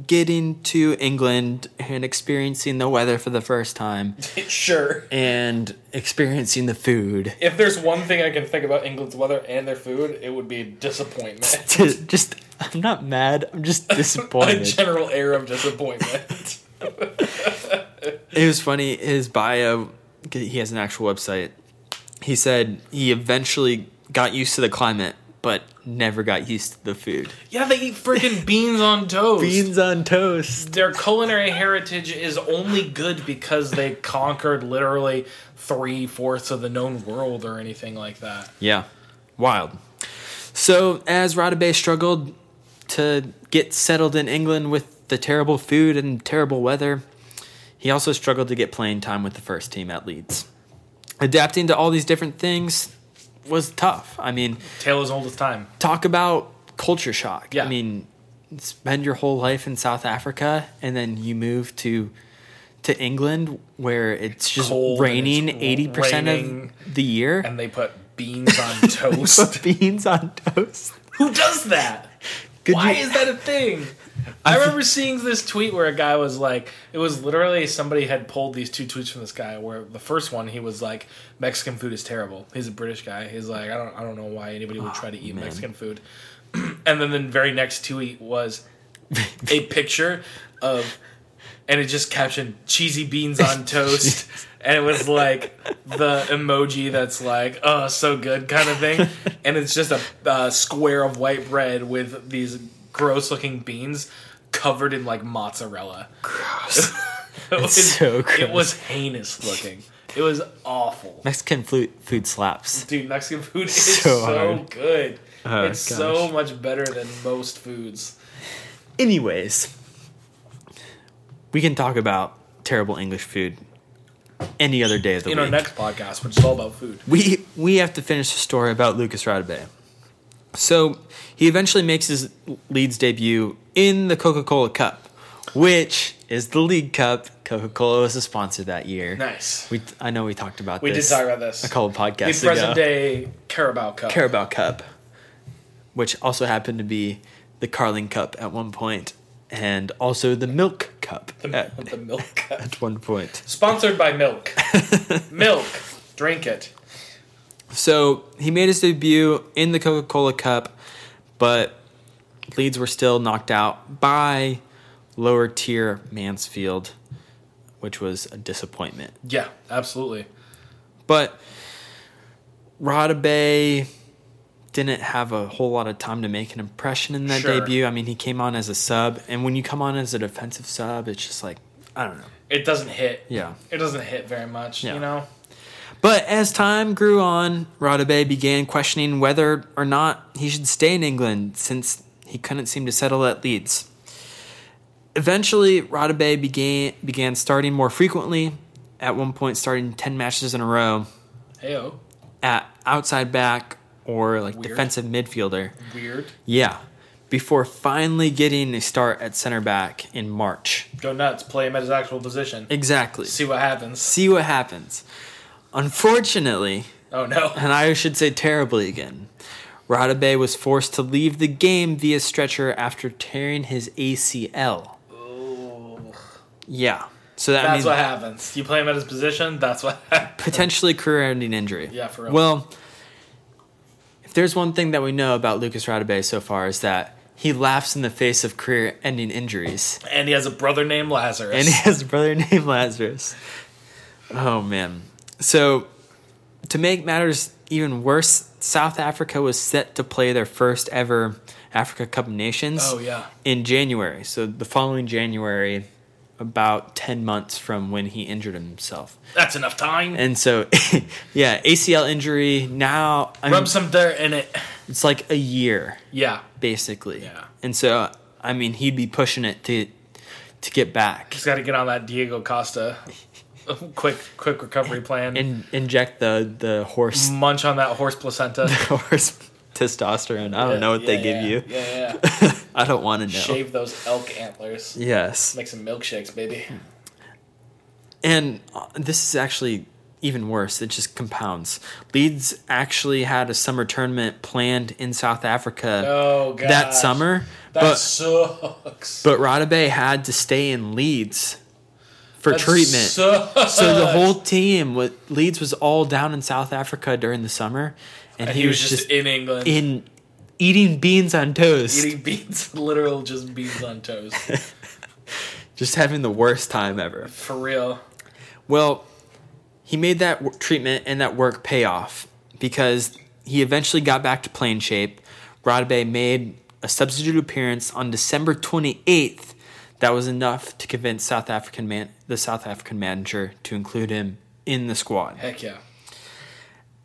getting to England and experiencing the weather for the first time
sure.
and experiencing the food.
If there's one thing I can think about England's weather and their food, it would be disappointment.
just I'm not mad, I'm just
a
disappointed.
general air of disappointment.
It was funny. His bio, 'cause he has an actual website. He said he eventually got used to the climate, but never got used to the food.
yeah, they eat freaking beans on toast.
on toast.
Their culinary heritage is only good because they conquered literally three fourths of the known world or anything like that.
Yeah, wild. So as Radebe struggled to get settled in England with the terrible food and terrible weather, he also struggled to get playing time with the first team at Leeds. Adapting to all these different things was tough. I mean,
Tale as old as time.
talk about culture shock.
Yeah.
I mean, spend your whole life in South Africa and then you move to to England where it's just
cold and
raining
it's
eighty percent
raining
of the year.
And they put beans on toast.
Put beans on toast.
Who does that?
Could
Why
you-
is that a thing? I remember seeing this tweet where a guy was like, it was literally somebody had pulled these two tweets from this guy. Where the first one, he was like, Mexican food is terrible. He's a British guy. He's like, I don't, I don't know why anybody
Ah,
would try to eat Mexican food. and then the very next tweet was a picture of, and it just captioned cheesy beans on toast, and it was like the emoji that's like, oh, so good kind of thing, and it's just a uh, square of white bread with these gross looking beans covered in like mozzarella. Gross. it was,
so
It
gross.
was heinous looking. It was awful.
Mexican food food slaps.
Dude, Mexican food is
So
so,
hard. Oh,
good. it's
gosh.
so much better than most foods.
Anyways, we can talk about terrible English food any other day of the
In
week.
our next podcast, which is all about food.
we we have to finish the story about Lucas Radebe. So he eventually makes his Leeds debut in the Coca Cola Cup, which is the League Cup. Coca Cola was a sponsor that year.
Nice.
We I know we talked about
We did
this
talk about this.
a couple
the
podcasts
present
ago.
day Carabao Cup.
Carabao Cup, which also happened to be the Carling Cup at one point, and also the Milk Cup at,
the milk cup.
at one point.
Sponsored by milk. milk. Drink it.
So he made his debut in the Coca Cola Cup, but Leeds were still knocked out by lower tier Mansfield, which was a disappointment.
Yeah, absolutely.
But Rodabay didn't have a whole lot of time to make an impression in that
Sure.
debut. I mean, he came on as a sub, and when you come on as a defensive sub, it's just like, I don't know.
It doesn't hit.
Yeah.
It doesn't hit very much,
Yeah.
you know?
But as time grew on, Rodabay began questioning whether or not he should stay in England since he couldn't seem to settle at Leeds. Eventually, Rodabay began began starting more frequently, at one point starting 10 matches in a row
Heyo.
at outside back or like
Weird.
defensive midfielder.
Weird.
Yeah. Before finally getting a start at center back in March.
Go nuts. Play him at his actual position.
Exactly.
See what happens.
See what happens. Unfortunately,
Oh no.
and I should say terribly again. Radabe was forced to leave the game via stretcher after tearing his ACL. Yeah. So that
That's
means
what happens. You play him at his position, that's what happens.
potentially career ending injury.
Yeah, for real.
Well, there's one thing that we know about Lucas Radebe so far is that he laughs in the face of career-ending injuries,
And he has a brother named Lazarus.
and he has a brother named Lazarus. Oh man! So to make matters even worse, South Africa was set to play their first ever Africa Cup of Nations.
Oh, yeah.
In January, so the following January, about ten months from when he injured himself.
That's enough time.
And so, yeah, ACL injury. Now, I mean,
Rub some dirt in it.
it's like a year
Yeah.
basically.
Yeah.
And so, I mean, he'd be pushing it to to get back
Just got to get on that Diego Costa quick quick recovery plan.
and inject the the horse
Munch on that horse placenta.
horse testosterone. I don't know what they
Yeah,
give
yeah,
you.
Yeah, yeah.
I don't want to know.
Shave those elk antlers.
Yes.
Make some milkshakes, baby.
And uh, this is actually even worse. It just compounds. Leeds actually had a summer tournament planned in South Africa
Oh, gosh.
that summer,
That
but
sucks.
but Radebe had to stay in Leeds for
That
treatment.
sucks.
So the whole team, with Leeds was all down in South Africa during the summer, and,
And
he, was, just
in England.
in eating beans on toast,
Eating beans, literal just beans on toast.
just having the worst time ever.
For real.
Well, he made that w- treatment and that work pay off because he eventually got back to playing shape. Rodebe made a substitute appearance on December 28th. That was enough to convince South African man, the South African manager, to include him in the squad.
Heck yeah.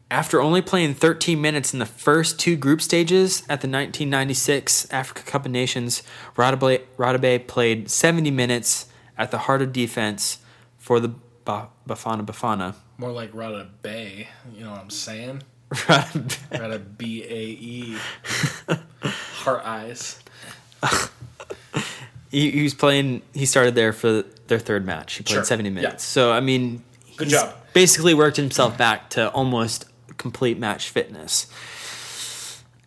After only playing 13 minutes in the first two group stages at the 1996 Africa Cup of Nations, Radebe Radebe played 70 minutes at the heart of defense for the ba- Bafana Bafana.
More like Rada Bay. You know what I'm saying?
Radebe-
Rada B A E. Heart eyes.
he, he was playing, he started there for their third match. He played
Sure.
70
Yeah.
minutes. So, I mean,
Good
he's
job.
basically worked himself back to almost complete match fitness.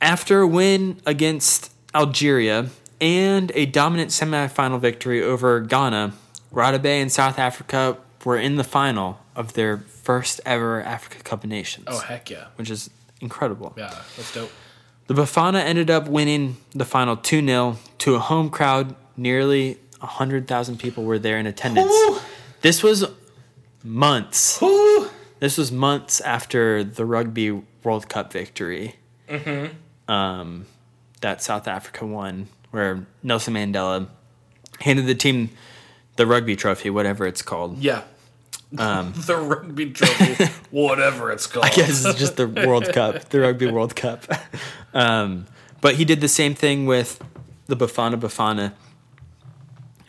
After a win against Algeria and a dominant semifinal victory over Ghana, Radebe and South Africa were in the final of their first ever Africa Cup of Nations,
Oh, heck yeah.
which is incredible.
Yeah, that's dope.
The Bafana ended up winning the final 2 0 to a home crowd. Nearly 100,000 people were there in attendance.
Ooh.
This was months.
Woo!
This was months after the Rugby World Cup victory um, that South Africa won, where Nelson Mandela handed the team the rugby trophy, whatever it's called.
Yeah. the rugby trophy, whatever it's called.
I guess it's just the World Cup, the Rugby World Cup. Um, but he did the same thing with the Bafana Bafana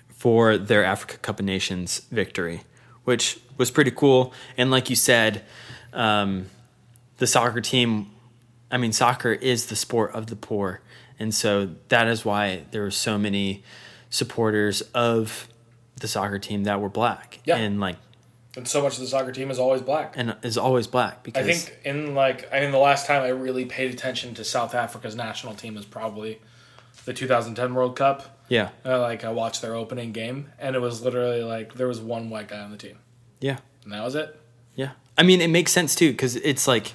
for their Africa Cup of Nations victory, which was pretty cool. And like you said, um, the soccer team, I mean, soccer is the sport of the poor. And so that is why there were so many supporters of the soccer team that were black
Yeah.
and like
And so much of the soccer team is always black.
and is always black
I
because
think in like I mean the last time I really paid attention to South Africa's national team is probably the 2010 World Cup.
yeah
Uh, like I watched their opening game and it was literally like there was one white guy on the team
yeah
and that was it.
Yeah, I mean, it makes sense too because it's like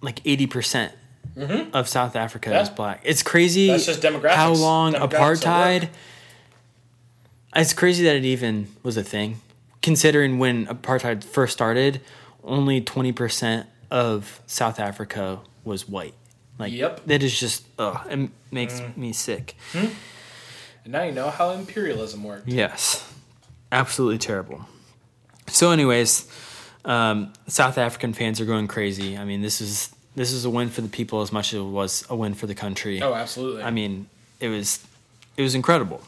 like eighty percent of South Africa
Mm-hmm.
is
Yeah.
black. It's crazy.
That's just demographics.
How
Demographics
long
at
apartheid?
work.
It's crazy that it even was a thing, considering when apartheid first started, only twenty percent of South Africa was white. Like,
Yep. Mm.
that is just ugh, it makes me sick.
And now you know how imperialism worked.
Yes, absolutely terrible. So, anyways, um, South African fans are going crazy. I mean, this is this is a win for the people as much as it was a win for the country.
Oh, absolutely.
I mean, it was it was incredible.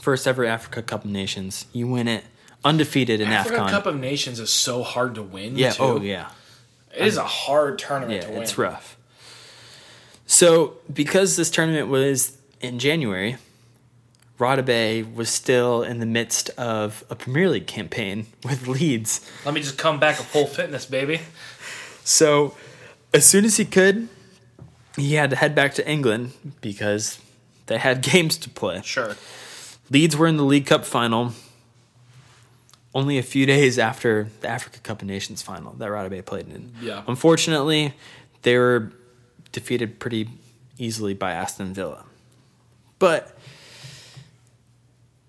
First ever Africa Cup of Nations. You win it undefeated in
Africa
Afcon.
Cup of Nations is so hard to win.
yeah.
too.
Oh, yeah.
It is a hard tournament
Yeah,
to win.
it's rough. So, because this tournament was in January, Rodabay was still in the midst of a Premier League campaign with Leeds.
Let me just come back at full fitness, baby.
So, as soon as he could, he had to head back to England because they had games to play.
Sure.
Leeds were in the League Cup final only a few days after the Africa Cup of Nations final that Rodabay played in.
Yeah.
Unfortunately, they were defeated pretty easily by Aston Villa. But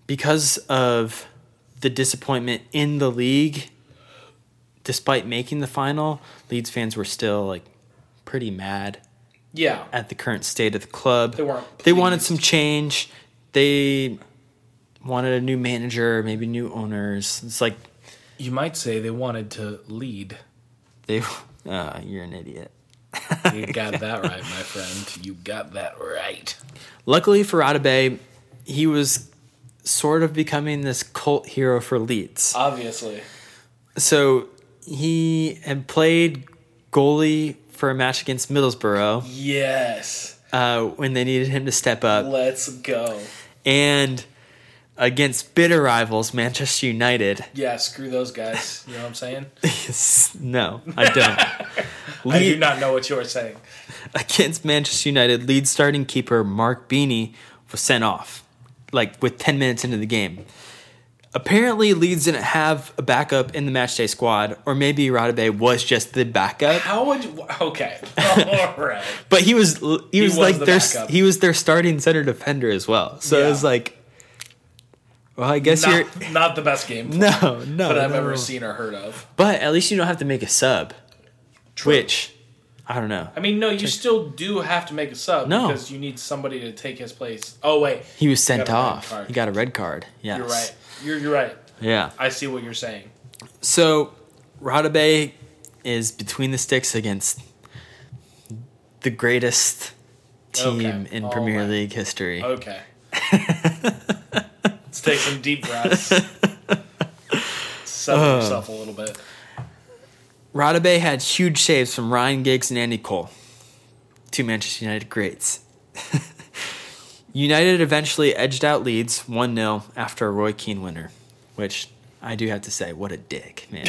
because of the disappointment in the league, despite making the final, Leeds fans were still like pretty mad
Yeah.
at the current state of the club. They
weren't
They wanted some change. They wanted a new manager, maybe new owners. It's like
You might say they wanted to lead.
they. Uh, you're an idiot.
You got that right, my friend. You got that right.
Luckily for Atabey, he was sort of becoming this cult hero for Leeds.
Obviously.
So he had played goalie for a match against Middlesbrough
Yes.
uh, when they needed him to step up,
Let's go.
and against bitter rivals Manchester United.
Yeah, screw those guys. You know what I'm saying?
no, I don't.
I do
Lead,
not know what you're saying.
against Manchester United, lead starting keeper Mark Beanie was sent off, like with 10 minutes into the game. Apparently, Leeds didn't have a backup in the matchday squad, or maybe Radebe was just the backup.
How would you, okay? All right.
But he was he was,
was
like
the
their
backup.
he was their starting center defender as well. So
Yeah.
it was like, well, I guess you're
Not, not the best game plan
no no.
that I've
no.
ever seen or heard of.
But at least you don't have to make a sub, which I don't know.
I mean, no, you still do have to make a sub
No.
because you need somebody to take his place. Oh wait,
He was sent
got a red
off.
card.
He got a red card. Yes.
you're right. You're, you're right.
Yeah.
I see what you're saying.
So Radabe is between the sticks against the greatest team
Okay.
in
All
Premier
right.
League history.
Okay. Let's take some deep breaths.
Uh.
Settle yourself a little bit.
Radabe had huge saves from Ryan Giggs and Andy Cole, two Manchester United greats. United eventually edged out Leeds 1 0 after a Roy Keane winner, which I do have to say, what a dick, man.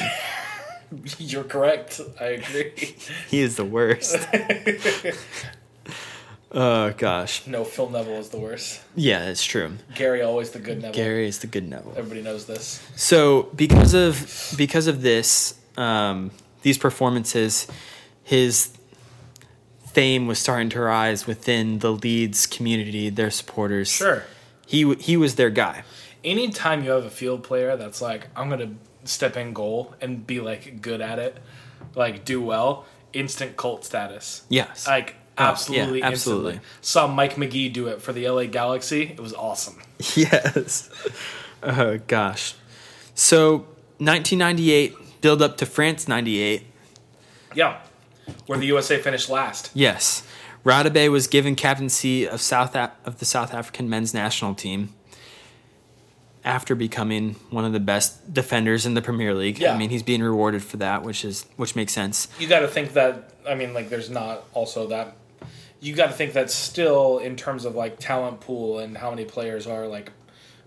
You're correct. I agree.
he is the worst. oh, gosh.
No, Phil Neville is the worst.
Yeah, that's true.
Gary always the good Neville.
Gary is the good Neville.
Everybody knows this.
So because of because of this, um, these performances, his fame was starting to rise within the Leeds community, their supporters.
Sure.
he w- he was their guy.
Anytime you have a field player that's like, I'm gonna step in goal and be like good at it, like do well, instant cult status.
Yes,
Like absolutely,
yeah, absolutely.
instantly. Saw Mike McGee do it for the LA Galaxy. It was awesome.
yes. Oh gosh. So 1998 build up to France 98.
Yeah. Where the USA finished last.
Yes, Radabe was given captaincy of South Af- of the South African men's national team after becoming one of the best defenders in the Premier League.
Yeah.
I mean, he's being rewarded for that, which is which makes sense.
You got to think that I mean, like, there's not also that. You got to think that still in terms of like talent pool and how many players are like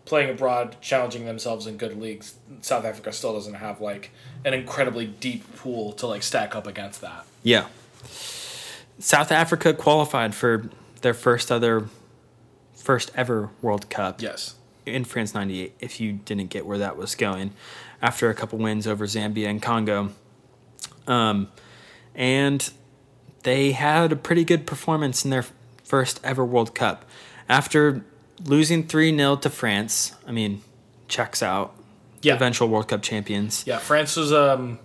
playing abroad, challenging themselves in good leagues. South Africa still doesn't have like an incredibly deep pool to like stack up against that.
Yeah. South Africa qualified for their first other first ever World Cup.
Yes.
in France 98, if you didn't get where that was going, after a couple wins over Zambia and Congo. Um, and they had a pretty good performance in their first ever World Cup. After losing 3 0 to France, I mean, checks out.
Yeah.
Eventual World Cup champions.
Yeah. France was um,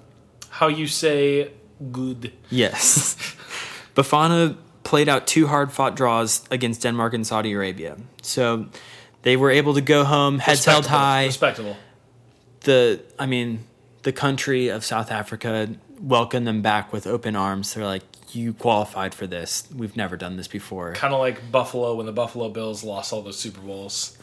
how you say good.
Yes. Bafana played out two hard fought draws against Denmark and Saudi Arabia. So they were able to go home, heads held
Respectable.
high.
Respectable.
the I mean the country of South Africa welcomed them back with open arms. They're like, "You qualified for this. We've never done this before."
Kind of like Buffalo when the Buffalo Bills lost all those Super Bowls.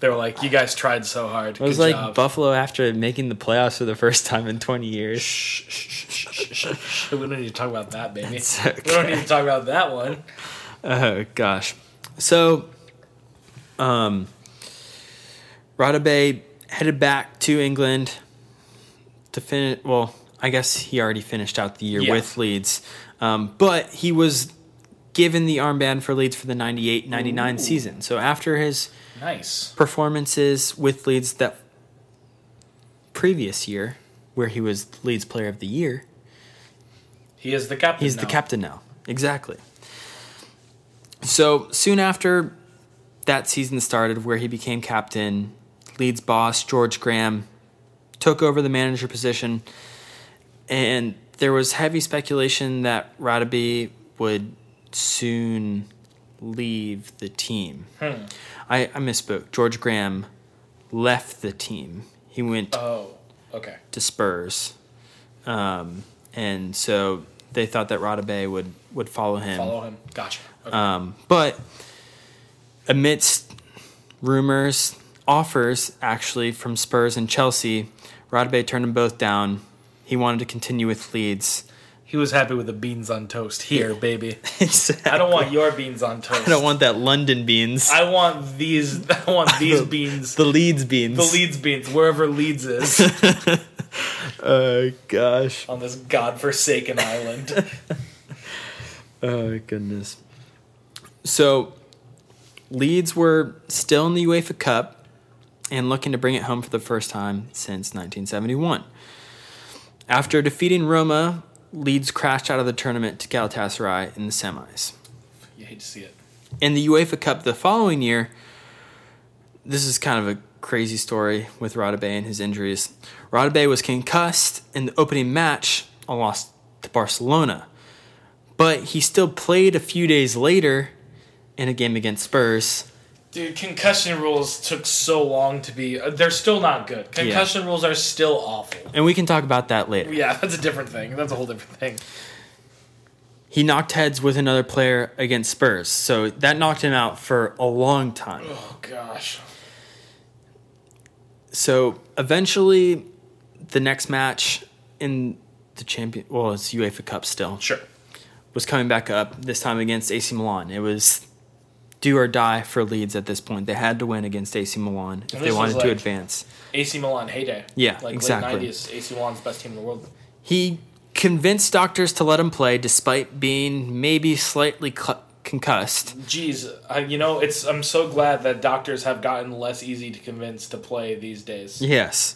They were like, "You guys tried so hard.
It was
Good
like
job."
Buffalo after making the playoffs for the first time in 20 years.
Shh, shh, shh, shh, shh, shh. we don't need to talk about that, baby.
It's
We don't
okay.
need to talk about that one.
Oh gosh. So, um, Radebe headed back to England to finish. Well, I guess he already finished out the year
Yeah.
with Leeds, um, but he was given the armband for Leeds for the 98-99 season. So after his
Nice.
performances with Leeds that previous year, where he was Leeds Player of the Year,
He is the captain.
he's the
now.
captain now. Exactly. So soon after that season started, where he became captain, Leeds boss George Graham took over the manager position, and there was heavy speculation that Radaby would soon leave the team.
Hmm.
I, I misspoke. George Graham left the team. He went
Oh, okay.
to Spurs, um, and so they thought that Radaby would would follow him.
Follow him. Gotcha. Okay.
Um, but amidst rumors, offers actually from Spurs and Chelsea, Rodabay turned them both down. He wanted to continue with Leeds.
he was happy with the beans on toast. Here, baby.
I
I don't want your beans on toast.
don't want that London beans.
I want these. I want these beans.
the Leeds beans.
The Leeds beans, wherever Leeds is
Oh gosh.
on this godforsaken island.
Oh goodness. So Leeds were still in the UEFA Cup and looking to bring it home for the first time since 1971. After defeating Roma, Leeds crashed out of the tournament to Galatasaray in the semis.
You hate to see it.
In the UEFA Cup the following year, this is kind of a crazy story with Rodabay and his injuries. Rodabay was concussed in the opening match and lost to Barcelona, but he still played a few days later in a game against Spurs.
Dude, concussion rules took so long to be. uh, They're still not good. Concussion rules are still awful.
And we can talk about that later.
Yeah, that's a different thing. That's a whole different thing.
He knocked heads with another player against Spurs, so that knocked him out for a long time.
Oh gosh.
So eventually, the next match in the champion, well, it's UEFA Cup still.
Sure.
was coming back up this time against AC Milan. It was do or die for Leeds at this point. They had to win against AC Milan if
And
they
this
wanted
was
to
like-
advance.
AC Milan heyday.
Yeah,
like
exactly.
late '90s. AC Milan's best team in the world.
He convinced doctors to let him play despite being maybe slightly cl- concussed.
Jeez, I, you know, it's I'm so glad that doctors have gotten less easy to convince to play these days.
Yes.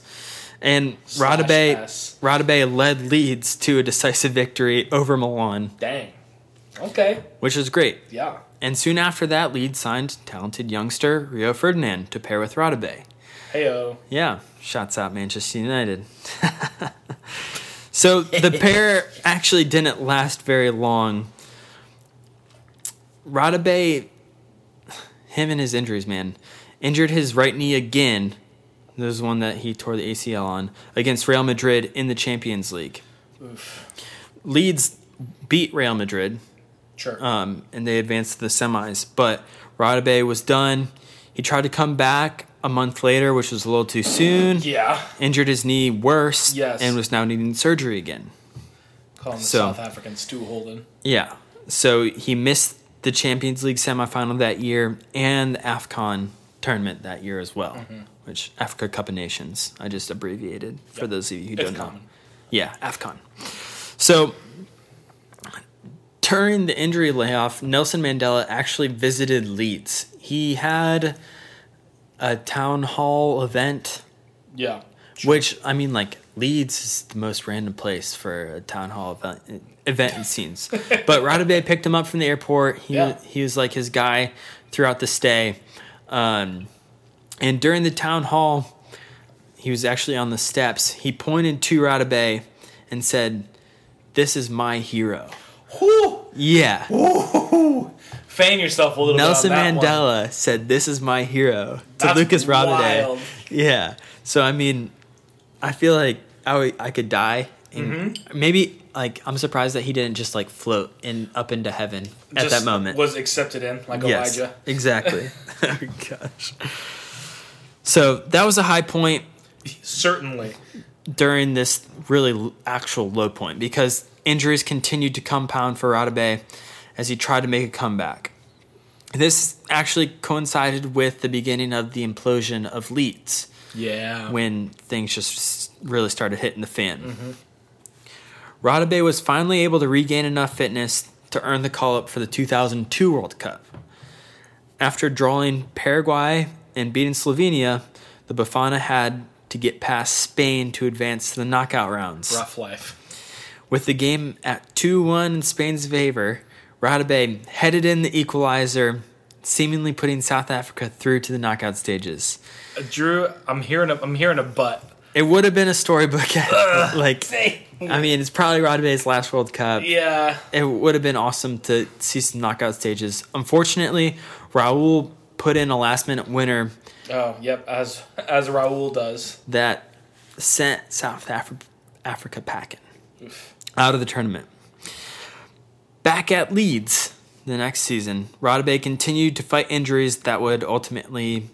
And
Slash
Radabay
S.
Radabay led Leeds to a decisive victory over Milan,
Dang. Okay.
which was great.
Yeah.
And soon after that, Leeds signed talented youngster Rio Ferdinand to pair with Radabay.
Heyo.
Yeah, shots out Manchester United. so the pair actually didn't last very long. Radabay, him and his injuries, man, injured his right knee again. This is one that he tore the ACL on against Real Madrid in the Champions League. Leeds beat Real Madrid
Sure.
um, and they advanced to the semis. But Radabay was done. He tried to come back a month later, which was a little too soon.
yeah.
Injured his knee worse
Yes.
and was now needing surgery again.
Call him the
so-
South African Stu Holden.
Yeah. So he missed the Champions League semifinal that year and the AFCON tournament that year as well, which Africa Cup of Nations. I just abbreviated for those of you who
It's
don't know.
common.
Yeah, AFCON. So during the injury layoff, Nelson Mandela actually visited Leeds. He had a town hall event,
Yeah.
which I mean, like Leeds is the most random place for a town hall event. Event it seems, but Radebe picked him up from the airport. He
Yeah.
he was like his guy throughout the stay, um, and during the town hall, he was actually on the steps. He pointed to Radebe and said, "This is my hero."
Whoo!
Yeah.
Woo! Fan yourself a little
Nelson
bit. on that One.
Mandela said, "This is my hero." To
That's
Lucas
wild.
Rabidet. Yeah. So I mean, I feel like I would- I could die. And
Mm-hmm.
Maybe like I'm surprised that he didn't just like float in up into heaven at
Just
that moment.
Was accepted in, like
yes,
Elijah.
exactly. oh, gosh. So that was a high point
Certainly.
during this really l- actual low point because injuries continued to compound for Radebe as he tried to make a comeback. This actually coincided with the beginning of the implosion of Leeds
Yeah.
Oh. when things just s- really started hitting the fan. Radebe was finally able to regain enough fitness to earn the call up for the 2002 World Cup. After drawing Paraguay and beating Slovenia, the Bafana had to get past Spain to advance to the knockout rounds.
Rough life.
With the game at 2 1 in Spain's favor, Radebe headed in the equalizer, seemingly putting South Africa through to the knockout stages.
Uh, Drew, I'm hearing a, I'm hearing a butt.
It would have been a storybook, like I mean, it's probably Radebe's last World Cup.
Yeah.
It would have been awesome to see some knockout stages. Unfortunately, Raul put in a last minute winner
Oh, yep. As as Raul does.
that sent South Afri- Africa packing out of the tournament. Back at Leeds the next season, Rodabay continued to fight injuries that would ultimately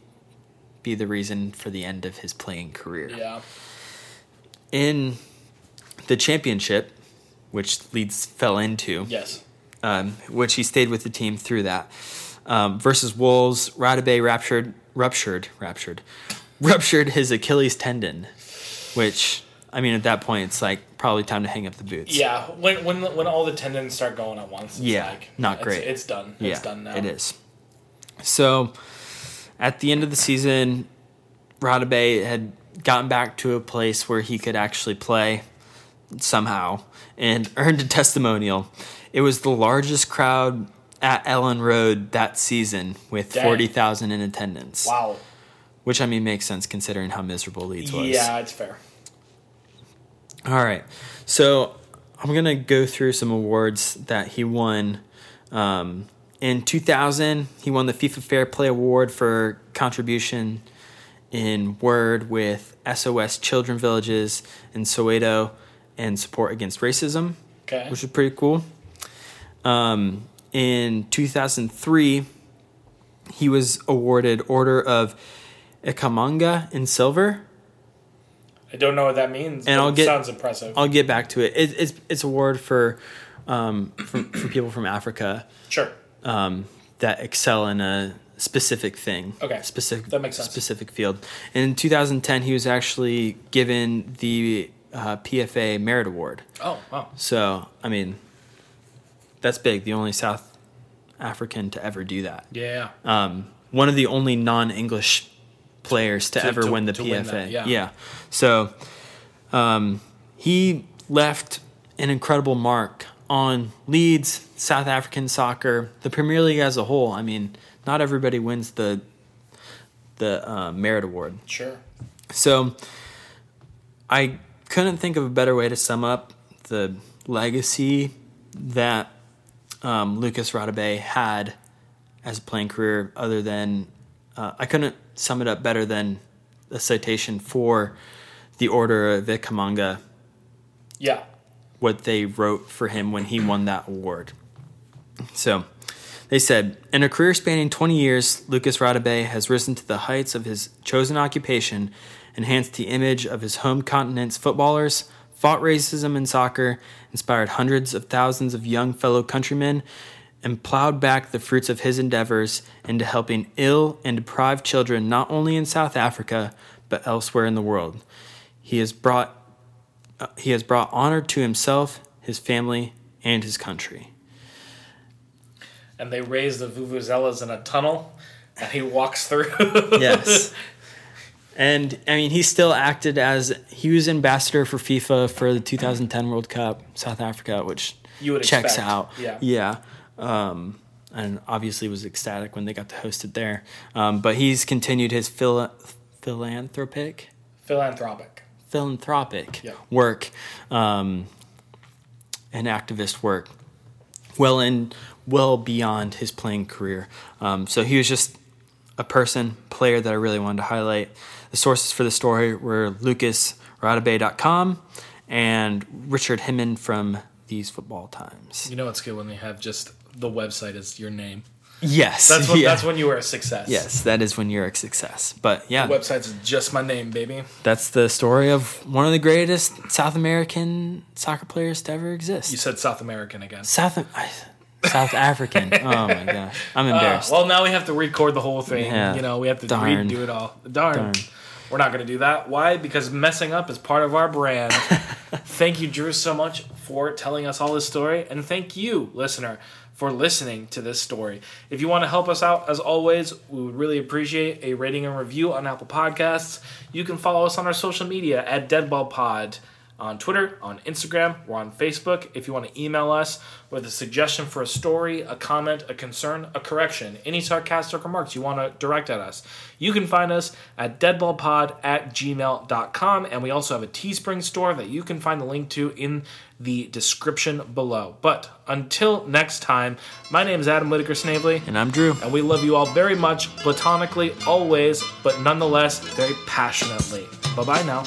be the reason for the end of his playing career.
Yeah.
In the championship, which Leeds fell into,
Yes.
um, which he stayed with the team through that. Um, versus Wolves, Radebe ruptured, ruptured, ruptured, ruptured his Achilles tendon, which I mean at that point it's like probably time to hang up the boots.
Yeah. When when when all the tendons start going at once. It's
Yeah,
Like,
not
it's-
great.
It's, done.
yeah,
it's done now.
it is. So, at the end of the season, Radebe had gotten back to a place where he could actually play somehow and earned a testimonial. It was the largest crowd at Ellen Road that season with
Dang.
40,000 in attendance,
Wow.
which I mean makes sense considering how miserable Leeds was.
Yeah, it's fair.
All right. So I'm going to go through some awards that he won. Um, in 2000, he won the FIFA Fair Play Award for contribution in Word with SOS Children Villages in Soweto and support against racism,
Okay.
which was pretty cool. Um, in 2003, he was awarded Order of Ikamanga in silver.
I don't know what that means.
And
but
I'll
it
get-
sounds impressive.
I'll get back to it. it it's it's a word for um for, for people from Africa
sure.
um that excel in a specific thing.
Okay.
Specific
That makes sense.
specific field. And in 2010 he was actually given the uh, PFA merit award.
Oh wow.
So, I mean that's big. The only South African to ever do that.
Yeah.
Um one of the only non-English players to,
To-
ever
to-
win the
to
PFA.
win that, yeah.
So um, he left an incredible mark on Leeds, South African soccer, the Premier League as a whole. I mean, not everybody wins the the uh, merit award.
sure.
So I couldn't think of a better way to sum up the legacy that um, Lucas Radebe had as a playing career, other than uh, I couldn't sum it up better than a citation for the Order of Ikamanga,
Yeah.
what they wrote for him when he won that award. So they said, in a career spanning 20 years, Lucas Radebe has risen to the heights of his chosen occupation, enhanced the image of his home continent's footballers, fought racism in soccer, inspired hundreds of thousands of young fellow countrymen, and plowed back the fruits of his endeavors into helping ill and deprived children not only in South Africa, but elsewhere in the world. He has brought he has brought honor to himself, his family, and his country.
And they raise the vuvuzelas in a tunnel, and he walks through.
Yes. and I mean, he still acted as he was ambassador for FIFA for the 2010 World Cup, South Africa, which
You would
checks
expect,
out.
yeah.
Yeah. Um, and obviously was ecstatic when they got to host it there. Um, but he's continued his phil- philanthropic
Philanthropic.
philanthropic
Yeah.
work um, and activist work well in well beyond his playing career um, so he was just a person player that i really wanted to highlight the sources for the story were lucasradabay.com and richard himman from these football times
You know it's good when they have just the website is your name.
yes
That's when
yeah.
that's when you were a success.
yes that is when you're a success but yeah
Website's just my name, baby.
that's the story of one of the greatest south american soccer players to ever exist
You said South American again.
South I- South African. Oh my gosh, I'm
Ah,
embarrassed.
well, now we have to record the whole thing.
Yeah.
You know, we have to
Darn.
redo it all. Darn.
Darn.
We're not going to do that. Why? Because messing up is part of our brand. thank you, Drew, so much for telling us all this story. And thank you, listener, for listening to this story. If you want to help us out, as always, we would really appreciate a rating and review on Apple Podcasts. You can follow us on our social media at Deadball Pod on Twitter, on Instagram, we're on Facebook. If you want to email us with a suggestion for a story, a comment, a concern, a correction, any sarcastic remarks you want to direct at us, you can find us at deadballpod at gmail.com. And we also have a Teespring store that you can find the link to in the description below. But until next time, my name is Adam Whitaker Snavely.
And I'm Drew.
And we love you all very much, platonically, always, but nonetheless, very passionately. Bye bye now.